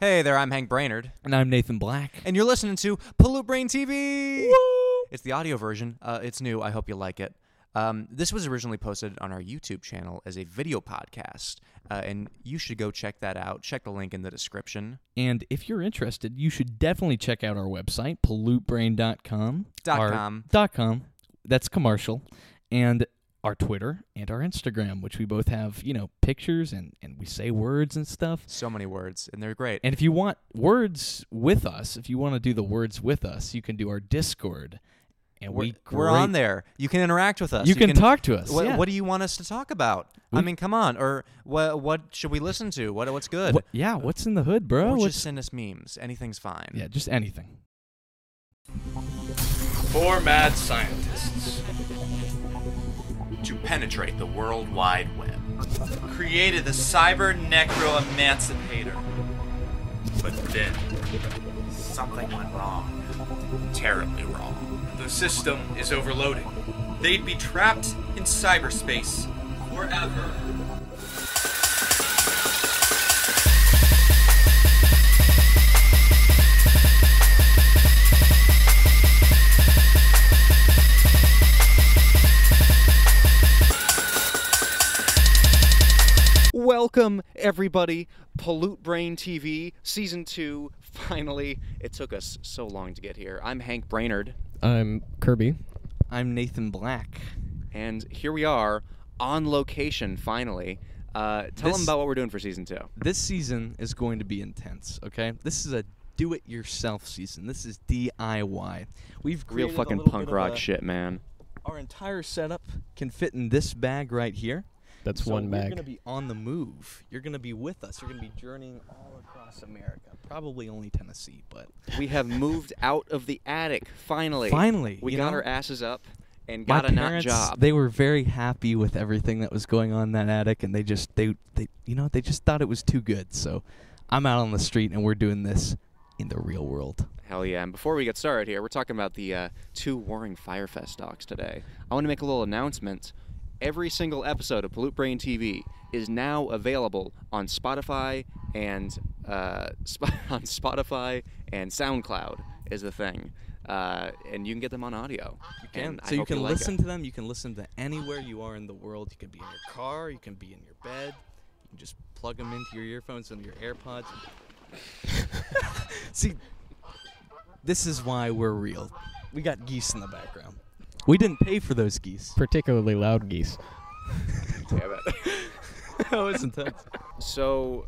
Hey there, I'm Hank Brainerd, And I'm Nathan Black. and you're listening to Pollute Brain TV. It's the audio version. Uh, it's new. I hope you like it. Um, this was originally posted on our YouTube channel as a video podcast, uh, and you should go check that out. Check the link in the description. And if you're interested, you should definitely check out our website, pollutebrain.com. Dot our- com. Dot com. That's commercial. And our Twitter and our Instagram, which we both have, you know, pictures and, and we say words and stuff. So many words, and they're great. And if you want words with us, if you want to do the words with us, you can do our Discord. And we're, we we're on there. You can interact with us. You, can, talk to us. What, yeah. what do you want us to talk about? I We- mean, come on. Or what? What should we listen to? What? What's good? What- yeah, what's in the hood, bro? or What's- just send us memes. Anything's fine. yeah, just anything. Four mad scientists To penetrate the World Wide Web. created the cyber necro emancipator. But then, Something went wrong. Terribly wrong. the system is overloading. They'd be trapped in cyberspace forever. Welcome, everybody. Pollute Brain TV, Season 2. Finally, it took us so long to get here. I'm Hank Brainerd, I'm Kirby. I'm Nathan Black. and here we are on location finally. Uh, tell This- them about what we're doing for Season 2. This season is going to be intense, okay? This is a do it yourself season. This is DIY. We've Real created a fucking little punk bit of rock a- shit, man. Our entire setup can fit in this bag right here. That's So one You're bag. going to be on the move. You're going to be with us. You're going to be journeying all across America. Probably only Tennessee, but We have moved out of the attic finally. Finally, We you got know? our asses up and my got a nut parents, job. They were very happy with everything that was going on in that attic, and they just they they you know they just thought it was too good. So I'm out on the street, and we're doing this in the real world. Hell yeah. And before we get started here, we're talking about the uh, two Warring Firefest docs today. I want to make a little announcement. Every single episode of Pollute Brain TV is now available on Spotify and uh, sp- on Spotify and SoundCloud is the thing, uh, and you can get them on audio. You And so you can listen to them. You can listen to anywhere you are in the world. You can be in your car. You can be in your bed. You can just plug them into your earphones and your AirPods. See, this is why we're real. We got geese in the background. We didn't pay for those geese. Particularly loud geese. Damn it. that was intense. so,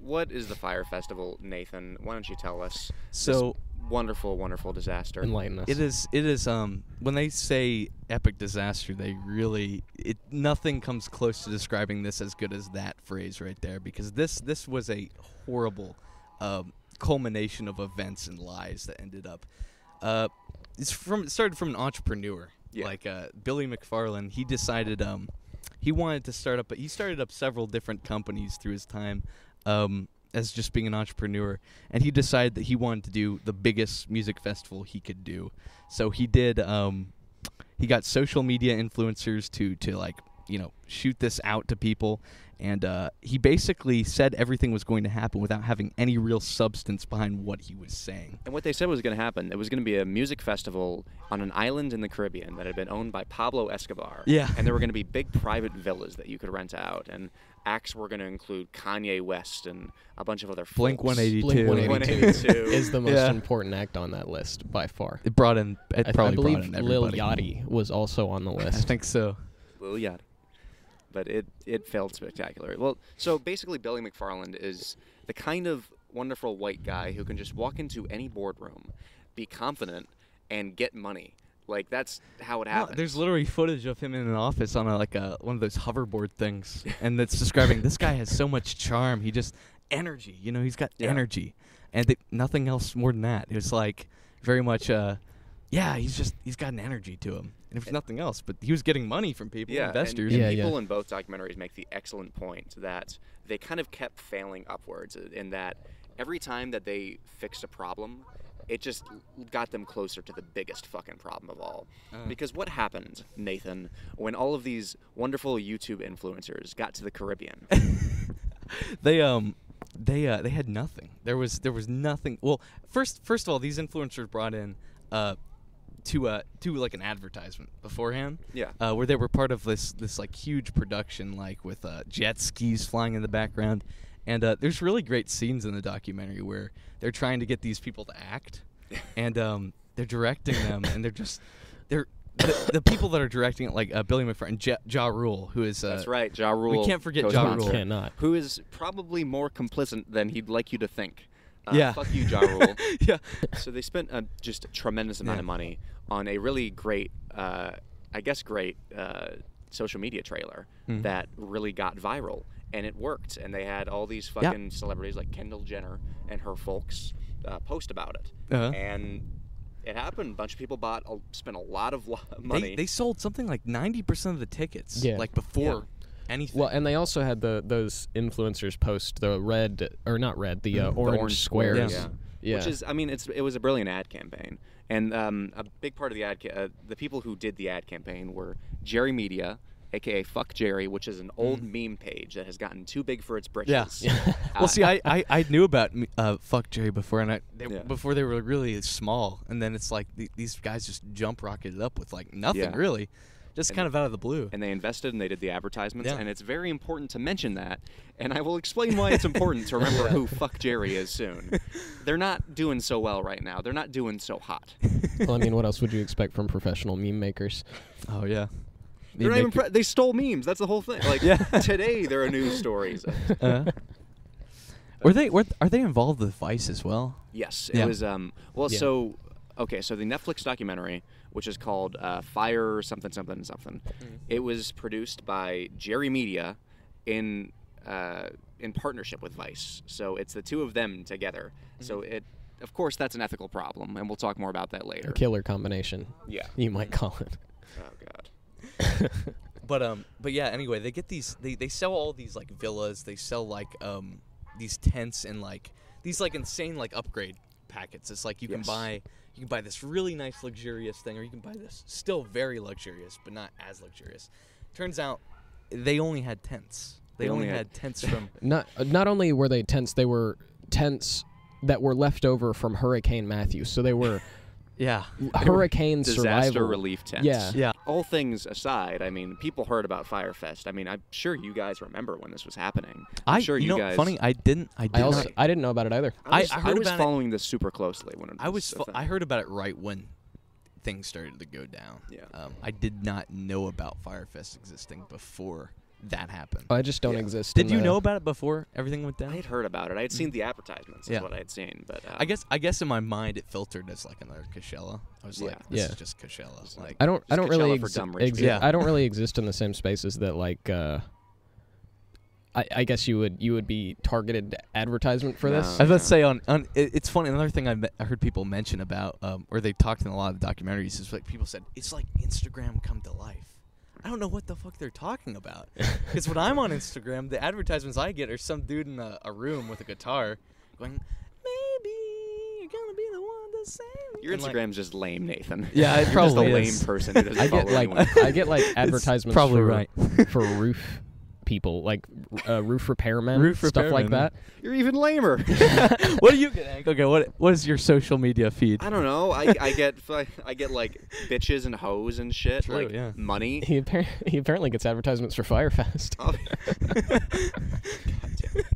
what is the Fire Festival, Nathan? Why don't you tell us? So- this wonderful, wonderful disaster. Enlighten us. It is. It is. Um, when they say epic disaster, they really it. Nothing comes close to describing this as good as that phrase right there, because this this was a horrible um, culmination of events and lies that ended up. Uh, it's from it started from an entrepreneur Yeah. like uh, Billy McFarland. He decided um, he wanted to start up. He started up several different companies through his time um, as just being an entrepreneur, and he decided that he wanted to do the biggest music festival he could do. So he did. Um, he got social media influencers to to like you know shoot this out to people and uh, he basically said everything was going to happen without having any real substance behind what he was saying And what they said was going to happen, it was going to be a music festival on an island in the Caribbean that had been owned by Pablo Escobar. Yeah. And there were going to be big private villas that you could rent out, and acts were going to include Kanye West and a bunch of other blink folks. 182 Blink 182 182. is the most Yeah. important act on that list by far. It brought in. It I, I probably believe brought in Lil everybody. Yachty was also on the I list. think so. Lil Yachty. But it, it failed spectacularly. Well, so basically, Billy McFarland is the kind of wonderful white guy who can just walk into any boardroom, be confident, and get money. Like, that's how it happens. there's literally footage of him in an office on a, like a one of those hoverboard things, and it's describing this guy has so much charm. He just energy. You know, he's got Yeah. energy, and they, nothing else more than that. It was like very much. Uh, yeah, he's just he's got an energy to him, and if nothing else, but he was getting money from people, yeah, and- investors. And, Yeah, yeah. people in both documentaries make the excellent point that they kind of kept failing upwards uh, in that every time that they fixed a problem, it just l- got them closer to the biggest fucking problem of all. Because what happened, Nathan, when all of these wonderful YouTube influencers got to the Caribbean? they um they uh, they had nothing. There was there was nothing. Well, first first of all, these influencers brought in uh, to uh, to like an advertisement beforehand. Yeah. Uh, where they were part of this this like huge production, like with uh, jet skis flying in the background, and uh, there's really great scenes in the documentary where they're trying to get these people to act, and um, they're directing them, and they're just they're. The, the people that are directing it, like uh, Billy McFerrin, ja, ja Rule, who is uh, That's right, Ja Rule. We can't forget Ja co-sponsor, Rule. Cannot. Who is probably more complicit than he'd like you to think. Uh, Yeah. Fuck you, Ja Rule. yeah. so they spent a just a tremendous amount of Yeah. money on a really great, uh, I guess, great uh, social media trailer Mm-hmm. that really got viral and it worked. And they had all these fucking celebrities like Kendall Jenner and her folks uh, post about it, Uh-huh. and it happened. A bunch of people bought, a, spent a lot of lo- money. They, they sold something like 90% of the tickets. Yeah. Like before anything. Well, and they also had the those influencers post the red or not red, the, uh, Mm. orange, orange squares, squares. yeah. Yeah. Which is, I mean, it's it was a brilliant ad campaign, and um, a big part of the ad, ca- uh, the people who did the ad campaign were Jerry Media, aka Fuck Jerry, which is an old meme page that has gotten too big for its britches. Mm. Yeah. Uh, well, see, I, I, I knew about me- uh, Fuck Jerry before, and I they, Yeah. before they were really small, and then it's like the, these guys just jump rocketed up with like nothing Yeah. really, just kind of out of the blue. and they invested and they did the advertisements, Yeah. and it's very important to mention that, and I will explain why it's important to remember who Fuck Jerry is soon. They're not doing so well right now. They're not doing so hot. well, I mean, what else would you expect from professional meme makers? oh yeah, They're not They even make- pre- they stole memes. That's the whole thing. Like Yeah. today, there are news stories. uh, were they were, are they involved with Vice as well? Yes, it Yeah. was. Um, well, Yeah. so okay, so the Netflix documentary, which is called uh, Fire something something something, it was produced by Jerry Media in uh, in partnership with Vice. So it's the two of them together. So it, of course, that's an ethical problem, and we'll talk more about that later. Killer combination. Yeah. You might call it. Oh God. But um, but yeah. Anyway, they get these. They, they sell all these like villas. They sell like um, these tents and like these like insane like upgrade packets. It's like you can Yes. buy you can buy this really nice luxurious thing, or you can buy this still very luxurious, but not as luxurious. Turns out they only had tents. They, only, had, tents from Not uh, not only were they tents, they were tents that were left over from Hurricane Matthew. So they were yeah hurricane Disaster survival relief tents. Yeah. yeah all things aside, I mean, people heard about Firefest. I mean, I'm sure you guys remember when this was happening. I'm I sure you, you, know guys. funny I didn't I did I also not- I didn't know about it either. I I- was, I heard was about it- following this super closely when it uh, I was a fo- thing. I heard about it right when things started to go down. Yeah. Um, I did not know about Firefest existing before that happened. I just don't exist. did in you the- know about it before everything went down? I had heard about it. I had seen the advertisements. Is Mm. Yeah. what I had seen, but uh, I guess I guess in my mind it filtered as like another Coachella. I was like, Yeah. this Yeah. is just Coachella. Like, I don't. I Just don't really Coachella for dumb exi- rich exi- people. Yeah. I don't really exist in the same spaces that like. Uh, I, I guess you would you would be targeted advertisement for this. I was about to say on, on it, it's funny. Another thing I, me- I heard people mention about, um, or they talked in a lot of documentaries, is like people said it's like Instagram come to life. I don't know what the fuck they're talking about. Because when I'm on Instagram, the advertisements I get are some dude in a, a room with a guitar going, maybe you're gonna be the one to save me." your And, like, Instagram's just lame, Nathan. Yeah, it You're probably just a is. lame person who doesn't I follow get like anyone. I get like advertisements probably for, right. for roof people, like uh, roof repairmen, Roof stuff like repairmen. that. You're even lamer. what do you get? Hank? Okay, what what is your social media feed? I don't know. I, I get fi- I get like bitches and hoes and shit. True, like yeah. money. He apparently he apparently gets advertisements for Firefest. Oh.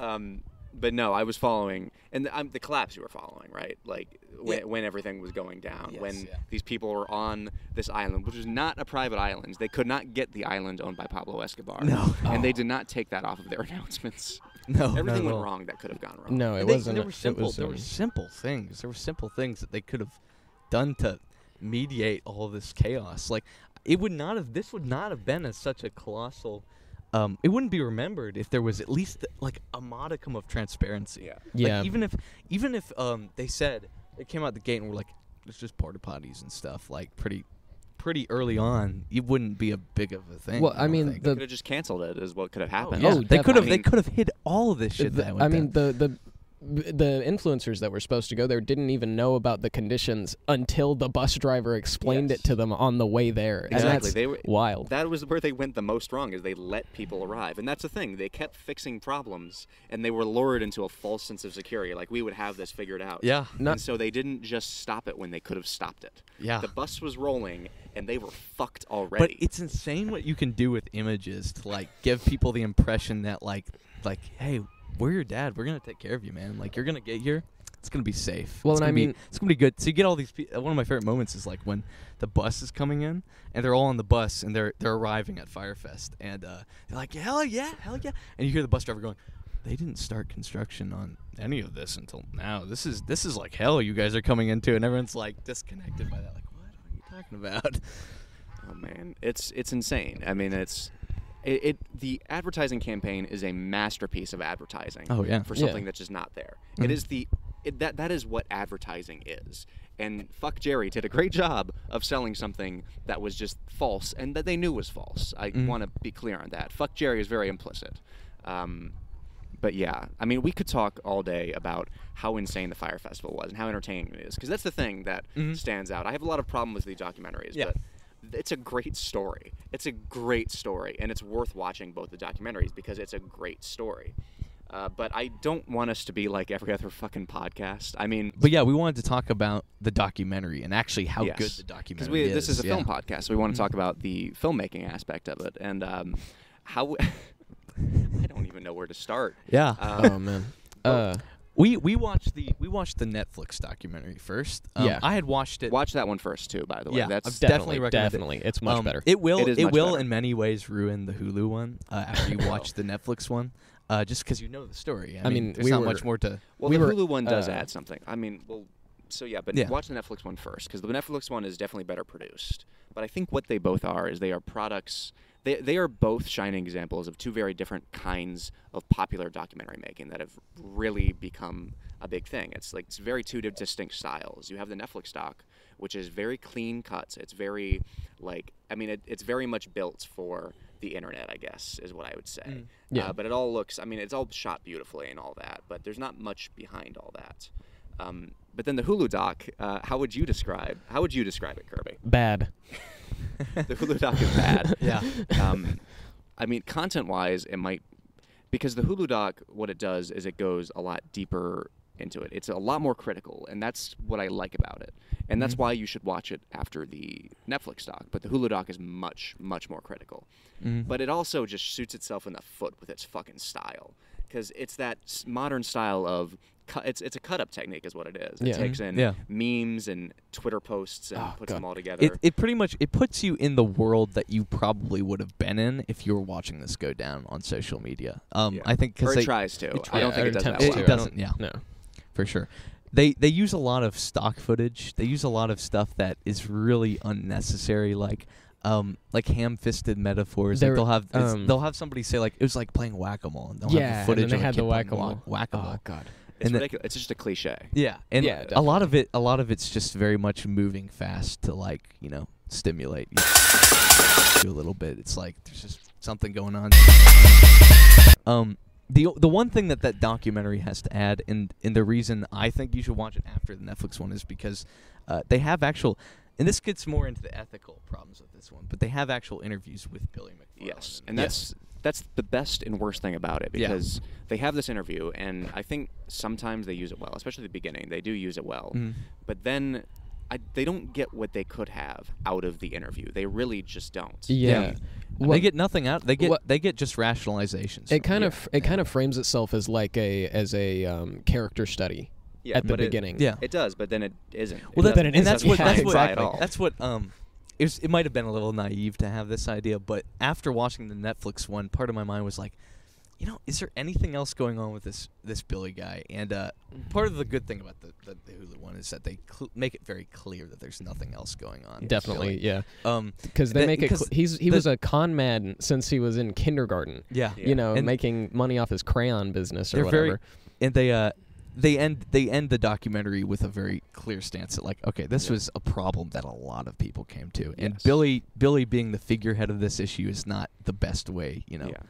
um, but no, I was following, and the, um, the collapse you were following, right? Like when, Yeah. when everything was going down, Yes, when yeah. these people were on this island, which was not a private island. They could not get the island owned by Pablo Escobar. No. and they did not take that off of their announcements. No, not at everything went all. wrong that could have gone wrong. No, it And they- wasn't. There were simple. it was, there um, were simple things. There were simple things that they could have done to mediate all this chaos. Like it would not have. This would not have been as such a colossal. Um, it wouldn't be remembered if there was at least like a modicum of transparency. Yeah. Like, Yeah. Even if even if um, they said they came out the gate and were like, "It's just porta potties and stuff," like pretty pretty early on, it wouldn't be a big of a thing. Well, I don't mean, think. the- could have just canceled it. Is what could have happened. yeah. Oh, they could have definitely. they could have hid all of this shit. the- that I went mean down. the the b- the influencers that were supposed to go there didn't even know about the conditions until the bus driver explained Yes. it to them on the way there. And Exactly. that's They were wild. That was where they went the most wrong is they let people arrive. And that's the thing. They kept fixing problems and they were lured into a false sense of security like we would have this figured out. Yeah. Not- and so they didn't just stop it when they could have stopped it. Yeah. The bus was rolling and they were fucked But already. it's insane what you can do with images to like give people the impression that like like hey, we're your dad. We're gonna take care of you, man. Like you're gonna get here. It's gonna be safe. Well, it's and I gonna be- mean- it's gonna be good. So you get all these. Pe- one of my favorite moments is like when the bus is coming in and they're all on the bus and they're they're arriving at Firefest and uh, they're like hell yeah, hell yeah, and you hear the bus driver going. They didn't start construction on any of this until now. This is this is like hell you guys are coming into, and everyone's like disconnected by that. Like, what are you talking about? oh man, it's it's insane. I mean, it's it, it the advertising campaign is a masterpiece of advertising. Oh, yeah. Mm-hmm. For Yeah. something that's just not there. It is the it, that that is what advertising is. And fuck Jerry did a great job of selling something that was just false and that they knew was false. I Mm-hmm. want to be clear on that. Fuck Jerry is very implicit. Um, but yeah, I mean, we could talk all day about how insane the Fire Festival was and how entertaining it is, because that's the thing that stands out. I have a lot of problems with these documentaries, Mm-hmm. Yeah. but th- it's a great story. It's a great story, and it's worth watching both the documentaries because it's a great story. Uh, but I don't want us to be like every other fucking podcast. I mean, But yeah, we wanted to talk about the documentary and actually how Yes. good the because documentary we is. this is a yeah. Mm-hmm. film podcast, so we want to talk about the filmmaking aspect of it and um, how. I don't even know where to start. Uh, Yeah. oh man. Uh, we we watched the we watched the Netflix documentary first. Um, Yeah. I had watched it. Watch that one first, too. By the way, yeah, that's I've definitely recommend it. definitely. It's much Um, better. It will It it, is much will better. in many ways ruin the Hulu one uh, after you watch the Netflix one, uh, just because you know the story. I, I mean, mean, there's we not were- much more to. Well, We the were- Hulu one does uh, add something. I mean, well, so yeah, but Yeah. watch the Netflix one first because the Netflix one is definitely better produced. But I think what they both are is they are products. They they are both shining examples of two very different kinds of popular documentary making that have really become a big thing. It's like it's very two di- distinct styles. You have the Netflix doc, which is very clean cuts. It's very like I mean, it, it's very much built for the internet, I guess, is what I would say. Yeah. Uh, but it all looks, I mean, it's all shot beautifully and all that, but there's not much behind all that. Um, but then the Hulu doc, uh, how would you describe? How would you describe it, Kirby? Bad. The Hulu doc is bad. Yeah. Um, I mean, content-wise, it might because the Hulu doc, what it does is it goes a lot deeper into it. It's a lot more critical, and that's what I like about it. And that's why you should watch it after the Netflix doc. But the Hulu doc is much, much more critical. But it also just shoots itself in the foot with its fucking style, because it's that s- modern style of cu- it's it's a cut up technique, is what it is. It Yeah. takes in Yeah. memes and Twitter posts and Oh, puts God. them all together. It, it pretty much it puts you in the world that you probably would have been in if you were watching this go down on social media. Um, Yeah. I think or because it tries to. it I don't tries- think or it does that attempts well. to. It doesn't. Yeah. No. for sure. They they use a lot of stock footage. They use a lot of stuff that is really unnecessary, like um like ham-fisted metaphors. Like There- they'll have it's- um, they'll have somebody say like it was like playing whack-a-mole. And they'll yeah. have the footage and then of they a had kid the playing whack-a-mole. whack- whack-a-mole. Oh god. It's and the- ridiculous. it's just a cliche. Yeah, and Yeah, a lot of it a lot of it's just very much moving fast to like you know stimulate you a little bit. It's like there's just something going on. Um, the the one thing that that documentary has to add, and and the reason I think you should watch it after the Netflix one is because uh, they have actual, and this gets more into the ethical problems of this one, but they have actual interviews with Billy McFarlane. Yes, and that's that's the best and worst thing about it Yeah. because they have this interview, and I think sometimes they use it well, especially at the beginning. They do use it well, Mm-hmm. but then I, they don't get what they could have out of the interview. They really just don't. Yeah. Yeah. Well, they get nothing out. They get what- they get just rationalizations. it kind yeah. of it kind of frames itself as like a as a um, character study Yeah, at the but it- beginning. yeah. It does, but then it isn't. Well, that- doesn't- then it and is that's doesn't what that's fit what at all. that's what um it, was, it might have been a little naive to have this idea, but after watching the Netflix one, part of my mind was like, you know, is there anything else going on with this this Billy guy? And uh, Mm-hmm. part of the good thing about the, the, the Hulu one is that they cl- make it very clear that there's nothing else going on. with Definitely, Billy. yeah. Um, Because they that- make it. 'cause Cl- he's he the- was a con man since he was in kindergarten. yeah, You know, And- making money off his crayon business or they're whatever. very and they uh they end they end the documentary with a very clear stance that like okay this was a problem that a lot of people came to and Yes. Billy Billy being the figurehead of this issue is not the best way you know Yeah.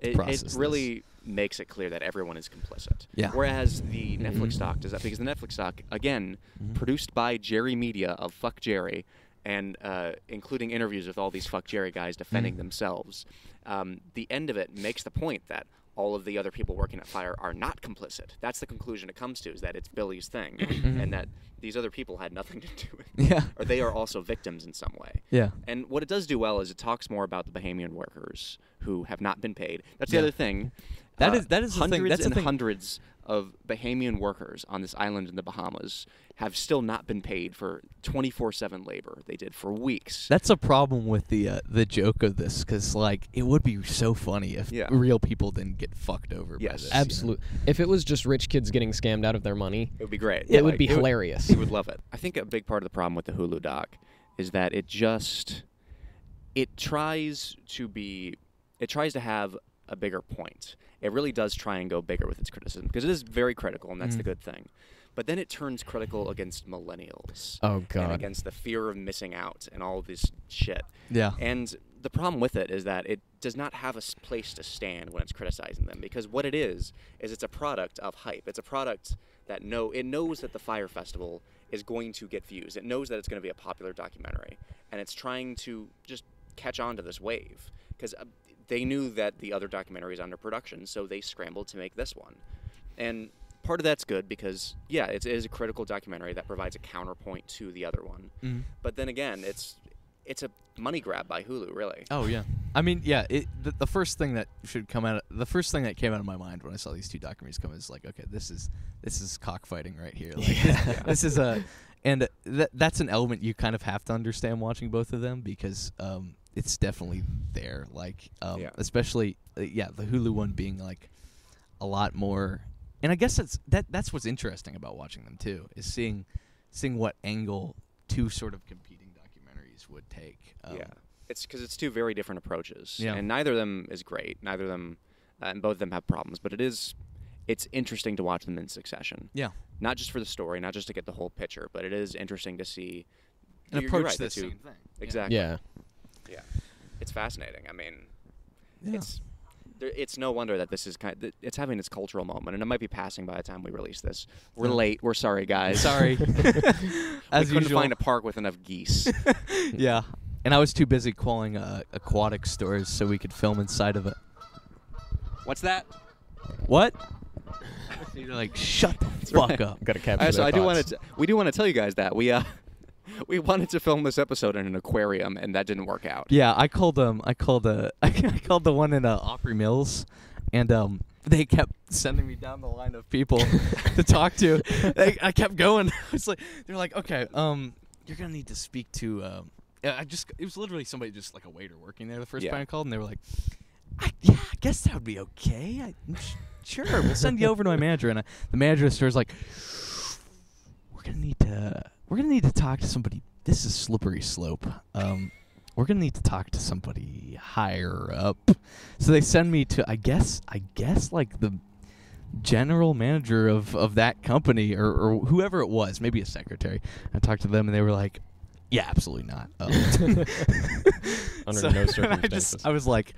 It, it process this. really makes it clear that everyone is complicit. Yeah. Mm-hmm. Whereas the Netflix doc does that because the Netflix doc, again, produced by Jerry Media of Fuck Jerry, and uh, including interviews with all these Fuck Jerry guys defending Mm-hmm. themselves, um, the end of it makes the point that all of the other people working at Fire are not complicit. That's the conclusion it comes to: is that it's Billy's thing, and that these other people had nothing to do with it, Mm-hmm. Yeah. or they are also victims in some way. Yeah. And what it does do well is it talks more about the Bahamian workers who have not been paid. That's the other thing. Uh, That is- that is the thing- hundreds that's the and thing. hundreds of Bahamian workers on this island in the Bahamas have still not been paid for 24/7 labor they did for weeks. That's a problem with the uh, the joke of this, because like it would be so funny if Yeah. real people didn't get fucked over. by Yes. this, you know? Absolute. If it was just rich kids getting scammed out of their money, it would be great. it would Like, be hilarious. You would love it. I think a big part of the problem with the Hulu doc is that it just it tries to be it tries to have a bigger point. It really does try and go bigger with its criticism because it is very critical and that's Mm. the good thing. But then it turns critical against millennials. Oh, And God. against the fear of missing out and all this shit. Yeah. And the problem with it is that it does not have a s- place to stand when it's criticizing them because what it is is it's a product of hype. It's a product that no it knows that the Fire Festival is going to get views. It knows that it's going to be a popular documentary and it's trying to just catch on to this wave because uh, they knew that the other documentary is under production, so they scrambled to make this one. And part of that's good because yeah, it's, it is a critical documentary that provides a counterpoint to the other one. But then again, it's it's a money grab by Hulu, really. Oh yeah. I mean, yeah. It, the, the first thing that should come out, the first thing that came out of my mind when I saw these two documentaries come is like, okay, this is this is cockfighting right here. Like, this is a, and that that's an element you kind of have to understand watching both of them because um, it's definitely there. Like, um, Yeah. especially uh, yeah, the Hulu one being like a lot more, and I guess that's that that's what's interesting about watching them too is seeing seeing what angle two sort of competing documentaries would take. Um, yeah, it's because it's two very different approaches, Yeah. and neither of them is great. Neither of them, uh, and both of them have problems. But it is, it's interesting to watch them in succession. Yeah. Not just for the story, not just to get the whole picture, but it is interesting to see and you're- you're approach right, the the two- same thing. Exactly. yeah. Yeah. It's fascinating. I mean, Yeah. it's there, it's no wonder that this is kind th it's having its cultural moment, and it might be passing by the time we release this. We're Yeah. late. We're sorry, guys. Sorry. As we couldn't usual. find a park with enough geese. yeah. And I was too busy calling uh, aquatic stores so we could film inside of it. What's that? What? You're like, shut the fuck right. up. Got to capture. I, Uh, so their I do want thoughts. to. We do want to tell you guys that we uh, we wanted to film this episode in an aquarium, and that didn't work out. Yeah, I called um, I called uh, I called the one in uh, Opry Mills, and um, they kept sending me down the line of people to talk to. I, I kept going. It's like they're like, okay, um, you're gonna need to speak to. Um, yeah, I just it was literally somebody just like a waiter working there the first Yeah. time I called, and they were like, I, yeah, I guess that would be okay. I, sure, we'll send you over to my manager, and I, the manager of the store's like, we're gonna need to we're gonna need to talk to somebody. This is slippery slope. Um, we're gonna need to talk to somebody higher up. So they send me to I guess I guess like the general manager of of that company or, or whoever it was, maybe a secretary. I talked to them and they were like, "Yeah, absolutely not." Um, Under no I circumstances. just I was like.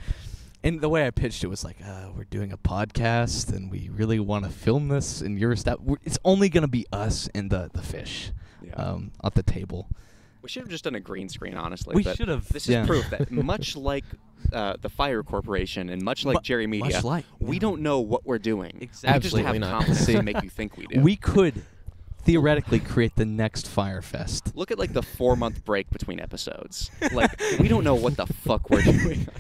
And the way I pitched it was like, uh, we're doing a podcast and we really want to film this, and you're step. We're, it's only going to be us and the, the fish Yeah. um, at the table. We should have just done a green screen, honestly. We but should've, This is yeah. proof that, much like uh, the Fire Corporation and much like Mu- Jerry Media, much like, we yeah. don't know what we're doing. We just Absolutely have not. confidence See? to make you think we do. We could theoretically create the next Firefest. look at like the four month break between episodes. Like we don't know what the fuck we're doing.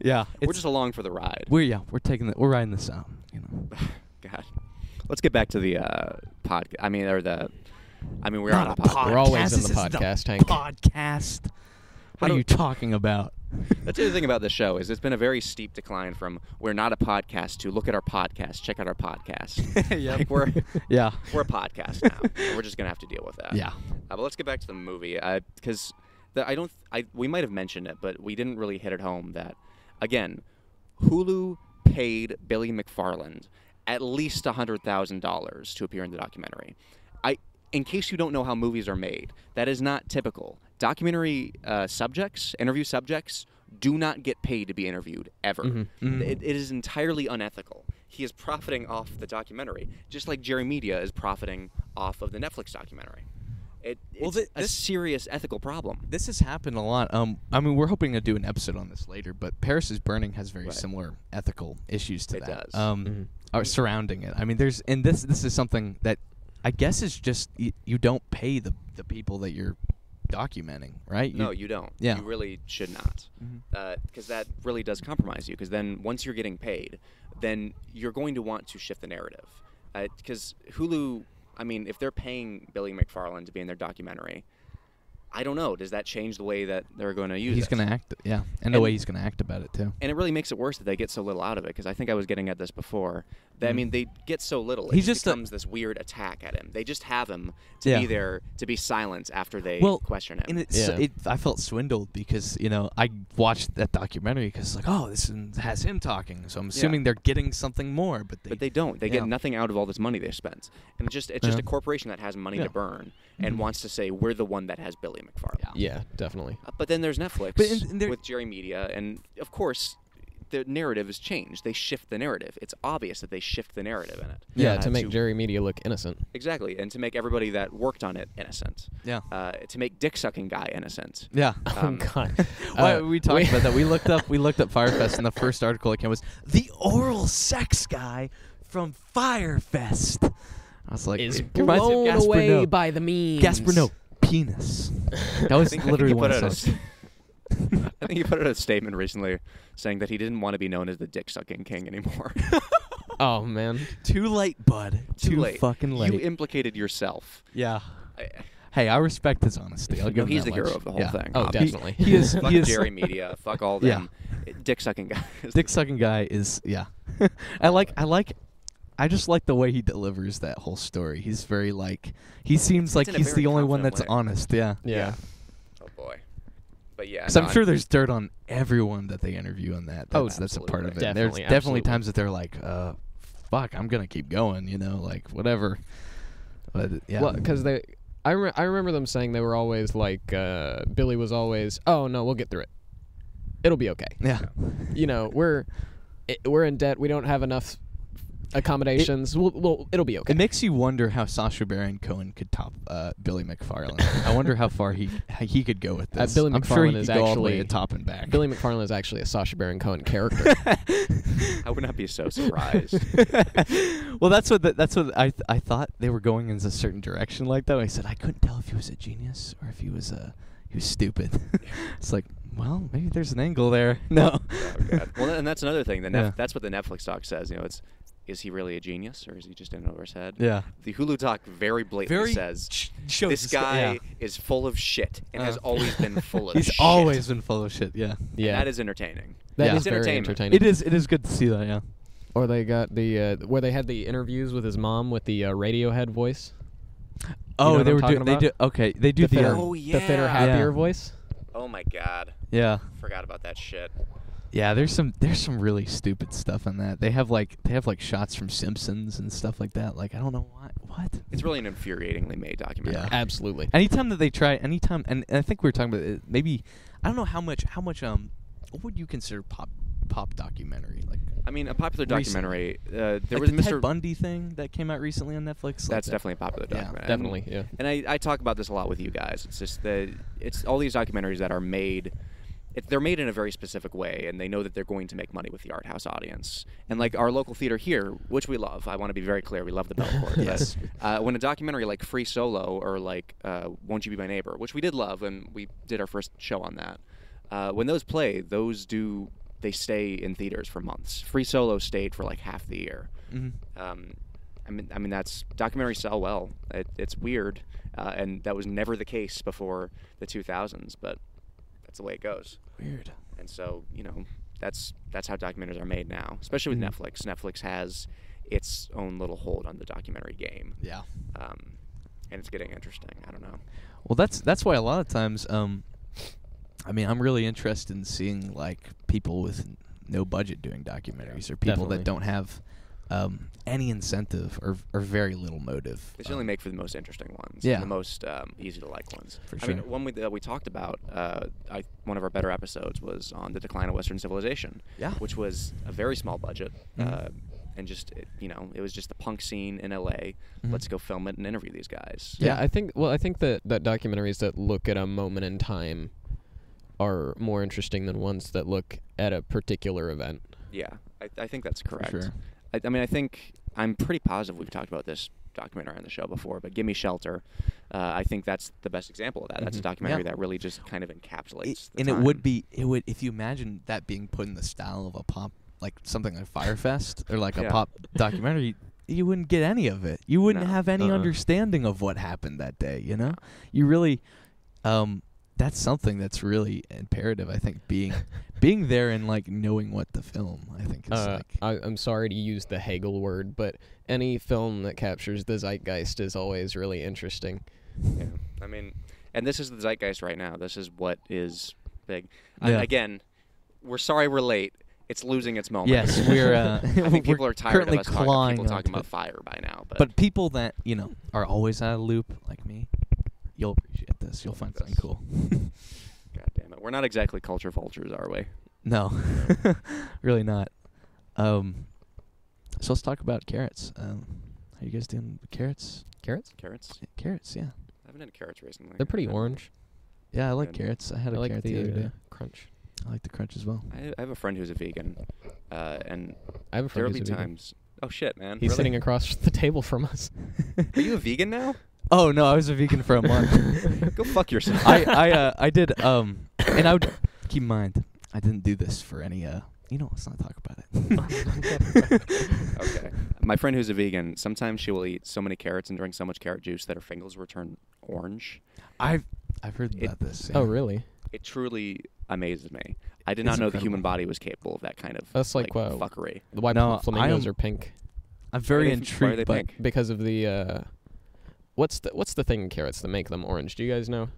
Yeah, we're just along for the ride. we're yeah we're taking the, we're riding this out. You know, God. Let's get back to the uh, pod. I mean, or the. I mean, we're Not on a the pod. We're always Podcast, in the this is podcast, Hank. Podcast. What do- are you talking about? That's the other thing about the show is it's been a very steep decline from we're not a podcast to look at our podcast, check out our podcast. Yep. Like we're Yeah. we're a podcast now. and we're just gonna have to deal with that. Yeah. Uh, but let's get back to the movie because the I don't I we might have mentioned it, but we didn't really hit it home that again, Hulu paid Billy McFarland at least hundred thousand dollars to appear in the documentary. I in case you don't know how movies are made, that is not typical. Documentary uh, subjects, interview subjects, do not get paid to be interviewed ever. It, it is entirely unethical. He is profiting off the documentary, just like Jerry Media is profiting off of the Netflix documentary. It, it's Well, thi- a this- serious ethical problem. This has happened a lot. Um, I mean, we're hoping to do an episode on this later, but Paris is Burning has very similar ethical issues to It that. does. Um, are surrounding it. I mean, there's and this this is something that I guess is just you, you don't pay the the people that you're documenting, right? No, you don't. Yeah. Mm-hmm. You really should not. Because that really does compromise you. Because then once you're getting paid, then you're going to want to shift the narrative. Because Hulu, I mean, if they're paying Billy McFarland to be in their documentary, I don't know. Does that change the way that they're going to use he's it? gonna act. Yeah, and, the And- way he's gonna act about it too. And it really makes it worse that they get so little out of it. Because I think I was getting at this before. That, I mean, they get so little. It Mm. He's just just a- becomes this weird attack at him. They just have him to Yeah. be there to be silent after they well, question him. And it's, Yeah. it, I felt swindled because you know I watched that documentary because like oh this one has him talking, so I'm assuming they're getting something more, but they, but they don't. They Yeah. get nothing out of all this money they spent, and it's just it's just Yeah. a corporation that has money Yeah. Mm-hmm. to burn and wants to say we're the one that has Billy McFarland. Yeah, definitely. Uh, But then there's Netflix But in- in there- with Jerry Media, and of course, the narrative is changed. They shift the narrative. It's obvious that they shift the narrative in it. Uh, Yeah, Yeah, to make to- Jerry Media look innocent. Exactly, and to make everybody that worked on it innocent. Yeah. Uh, to make dick sucking guy innocent. yeah. Um, Oh, God. Why Uh, we talked about that. We looked up we looked up Firefest and the first article that came was the oral sex guy from Firefest. I was like, is it reminds me of blown Gasper away Noe. by the memes. Gasper Noe, penis. That was think- I think literally he one put out a of s- I think he put out a statement recently saying that he didn't want to be known as the dick sucking king anymore. Oh man. Too late, bud. Too, late. fucking late. You implicated yourself. yeah. I- Hey, I respect his honesty. I'll No, give him he's that the hero much. of the whole Yeah. thing, Oh, He- definitely. He is. Fuck he is Jerry Media. Fuck all Yeah. them. Dick sucking guys. Dick sucking guy is yeah. I like I like I just like the way he delivers that whole story. He's very like he seems like in a he's very the only one confident that's way. honest. Yeah. Yeah. Oh boy. But yeah. Because no, I'm sure there's dirt on everyone that they interview on that. That's, Oh, that's a part of it. absolutely. And there's definitely Definitely, absolutely. times that they're like, uh, "Fuck, I'm gonna keep going," you know, like whatever. But yeah, Well, because they, I, re- I remember them saying they were always like, uh, Billy was always, oh no, we'll get through it. It'll be okay. yeah, You know, we're i we're in debt. We don't have enough accommodations. we'll, we'll, it'll be okay. it makes you wonder how Sasha Baron Cohen could top uh, Billy McFarlane. I wonder how far he how he could go with Uh, this. Billy I'm sure he McFarlane is could go all the way to actually- top and back. Billy McFarlane is actually a Sasha Baron Cohen character. I would not be so surprised. well, that's what the, that's what I th- I thought they were going in a certain direction like that. I said I couldn't tell if he was a genius or if he was a he was stupid. it's like, well, maybe there's an angle there. No. oh, God. Well, and that's another thing. The Nef- Yeah. That's what the Netflix doc says. You know, it's is he really a genius or is he just in it over his head? Yeah. The Hulu doc very blatantly says sh- shows this the sto- guy yeah. is full of shit and has Uh. always been full of He's shit. always been full of shit. Yeah. And yeah, That is entertaining. That yeah. It's is very entertainment. entertaining. It is. It is good to see that. Yeah. Or they got the uh, where they had the interviews with his mom with the uh, Radiohead voice. Oh, what they I'm were talking doing. They about? do. Okay. They do the. fitter, um, Oh, the fitter, yeah. happier Yeah. voice. Oh my god. yeah. Forgot about that shit. Yeah, there's some there's some really stupid stuff in that. They have like they have like shots from Simpsons and stuff like that. Like I don't know why. What? It's really an infuriatingly made documentary. Yeah. Absolutely. Anytime that they try, anytime, and, and I think we were talking about it, maybe I don't know how much how much um what would you consider pop pop documentary like I mean, a popular Recently. documentary. Uh, there like was the Mr. Ted Bundy thing that came out recently on Netflix. like That's that- definitely a popular Yeah, documentary. And- Definitely. Yeah. And I, I talk about this a lot with you guys. It's just that it's all these documentaries that are made. It, they're made in a very specific way, and they know that they're going to make money with the art house audience. And like our local theater here, which we love, I want to be very clear, we love the Belcourt. but, Yes. uh, when a documentary like Free Solo or like uh, Won't You Be My Neighbor, which we did love, and we did our first show on that. Uh, when those play, those do they stay in theaters for months. Free Solo stayed for like half the year. mm-hmm. Um, I mean, I mean that's documentaries sell well. It, it's weird, uh, and that was never the case before the 2000s. But that's the way it goes. Weird. And so you know, that's that's how documentaries are made now, especially with Netflix. Netflix has its own little hold on the documentary game, Yeah. um, and it's getting interesting. I don't know. Well, that's that's why a lot of times, um, I mean, I'm really interested in seeing like people with n- no budget doing documentaries or people Definitely. that don't have um, any incentive or, or very little motive. Um, They certainly make for the most interesting ones. yeah. And the most um, easy to like ones. For I sure. mean, one we, that we talked about, uh, I, one of our better episodes was on the decline of Western civilization. Yeah. Mm-hmm. Which was a very small budget. Uh, and just, it, you know, it was just the punk scene in LA. Mm-hmm. Let's go film it and interview these guys. Yeah, I think. Well, I think that that documentaries that look at a moment in time are more interesting than ones that look at a particular event. Yeah, I, I think that's correct. sure. I, I mean, I think I'm pretty positive we've talked about this documentary on the show before, but Gimme Shelter, uh, I think that's the best example of that. That's a documentary Mm-hmm. Yeah. that really just kind of encapsulates. It- the and it would time. be it would if you imagine that being put in the style of a pop like something like Firefest or like a Yeah. pop documentary you wouldn't get any of it you wouldn't No. have any Uh-uh. understanding of what happened that day you know you really um that's something that's really imperative I think being being there and like knowing what to film I think is Uh, like I, I'm sorry to use the Hegel word, but any film that captures the zeitgeist is always really interesting. Yeah. I mean, and this is the zeitgeist right now. This is what is big. I- Yeah. again, we're sorry we're late. It's losing its moment. yes we're uh, I think people we're are tired of currently us talking, about clawing people talking onto about it. fire by now. But, but people that you know are always out of the loop like me you'll appreciate this you'll find something cool God damn it, we're not exactly culture vultures, are we? No, really not. Um, so let's talk about carrots. Um, how you guys doing with carrots? Carrots? Carrots. Yeah, Carrots, yeah, I haven't had carrots recently. They're pretty I- orange. yeah. I like Good. carrots. I had I a like carrot the the, other uh, day. crunch. I like the crunch as well. I I have a friend who's a vegan, uh, and I have there a friend will who's be a vegan. times. Oh shit, man! He's really? sitting across the table from us. Are you a vegan now? Oh no, I was a vegan for a month. Go fuck yourself. I I uh, I did um, and I would keep in mind I didn't do this for any uh. You know, let's not talk about it. okay. My friend who's a vegan, sometimes she will eat so many carrots and drink so much carrot juice that her fingers will turn orange. I've I've heard It- about this. Oh, yeah. really? It truly amazes me. I did It's not know the human incredible. body was capable of that kind of That's like, wow. fuckery. The Why No, pl- flamingos I'm- are pink I'm Why very are they- why are they intrigued, but pink? because of the uh, what's the what's the thing in carrots that make them orange? Do you guys know?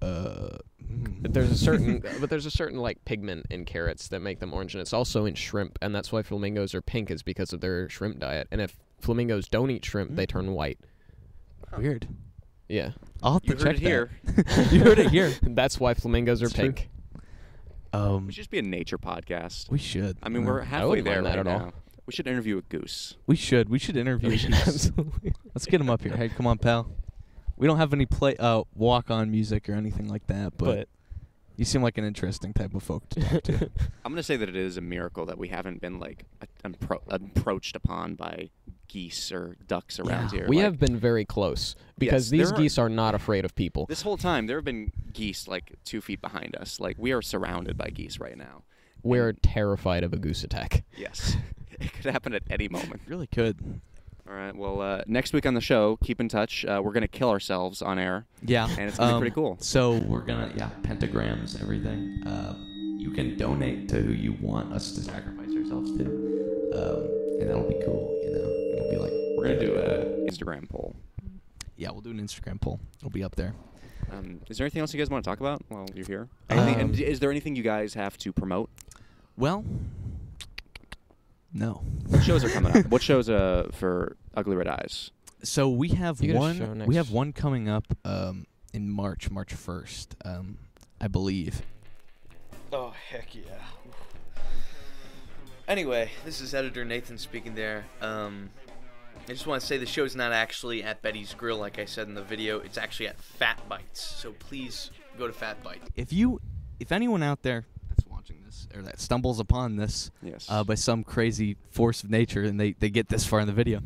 uh, mm. There's a certain but there's a certain like pigment in carrots that make them orange, and it's also in shrimp, and that's why flamingos are pink is because of their shrimp diet. And if flamingos don't eat shrimp, they turn Mm-hmm. white. weird. Yeah, I'll have You to heard check it here. that. you heard it here. that's why flamingos are It's true. pink. Um, We should just be a nature podcast. we should. I mean, Yeah. we're halfway wouldn't there mind right that at all. now. We should interview a goose. we should we should interview. We should these. absolutely- Let's get him up here. Hey, come on, pal. We don't have any play uh walk on music or anything like that, but, you seem like an interesting type of folk to talk to. I'm gonna say that it is a miracle that we haven't been like a- appro- approached upon by geese or ducks around Yeah, here. we Like, have been very close because Yes, these there are- geese are not afraid of people. This whole time, there have been geese like two feet behind us. Like we are surrounded by geese right now. We're terrified of a goose attack. Yes, it could happen at any moment. Oh, really could. All right. Well, uh, next week on the show, keep in touch. Uh, we're gonna kill ourselves on air. Yeah, um, And it's gonna be pretty cool. So we're gonna yeah pentagrams everything. Uh, you can donate to who you want us to sacrifice ourselves to, um, and that'll be cool. You know, it'll be like We're gonna do a Instagram poll. yeah we'll do an Instagram poll. It'll be up there. Um, is there anything else you guys want to talk about while you're here? Anything, and Um, is there anything you guys have to promote? Well, no. What shows are coming up? What shows uh, for Ugly Red Eyes? So we have You got a show one. next- We have one coming up um, in March, March first, um, I believe. Oh, heck yeah. Anyway, this is editor Nathan speaking there. Um, I just want to say the show's not actually at Betty's Grill, like I said in the video. It's actually at Fat Bites. So please go to Fat Bites. If you, if anyone out there that's watching this or that stumbles upon this Yes. uh, by some crazy force of nature and they, they get this far in the video,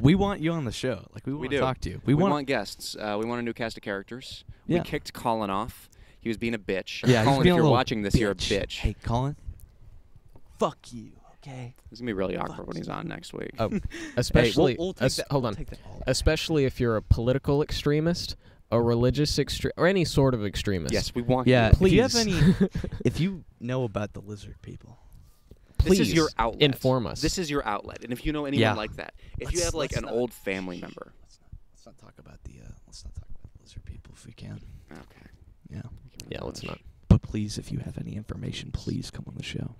we want you on the show. Like we want do. to talk to you. We, want, guests. Uh, we want a new cast of characters. Yeah. We kicked Colin off. He was being a bitch. Yeah, Colin, he's being a if you're little watching this, you're a bitch. Hey, Colin. Fuck you. Okay. It's gonna be really awkward when he's on next week. Oh, especially we'll take es- that- hold we'll on. take that all. especially if you're a political extremist, a religious extre or any sort of extremist. Yes, we want. Yeah. you. If you have Please. any, if you know about the lizard people, please this is your outlet. inform us. This is your outlet. And if you know anyone Yeah. like that, if you Let's- have like let's an not- old family member. let's not, let's not talk about the uh, let's not talk about the lizard people if we can. Okay. Yeah. yeah. Let's not. But please, if you have any information, please come on the show.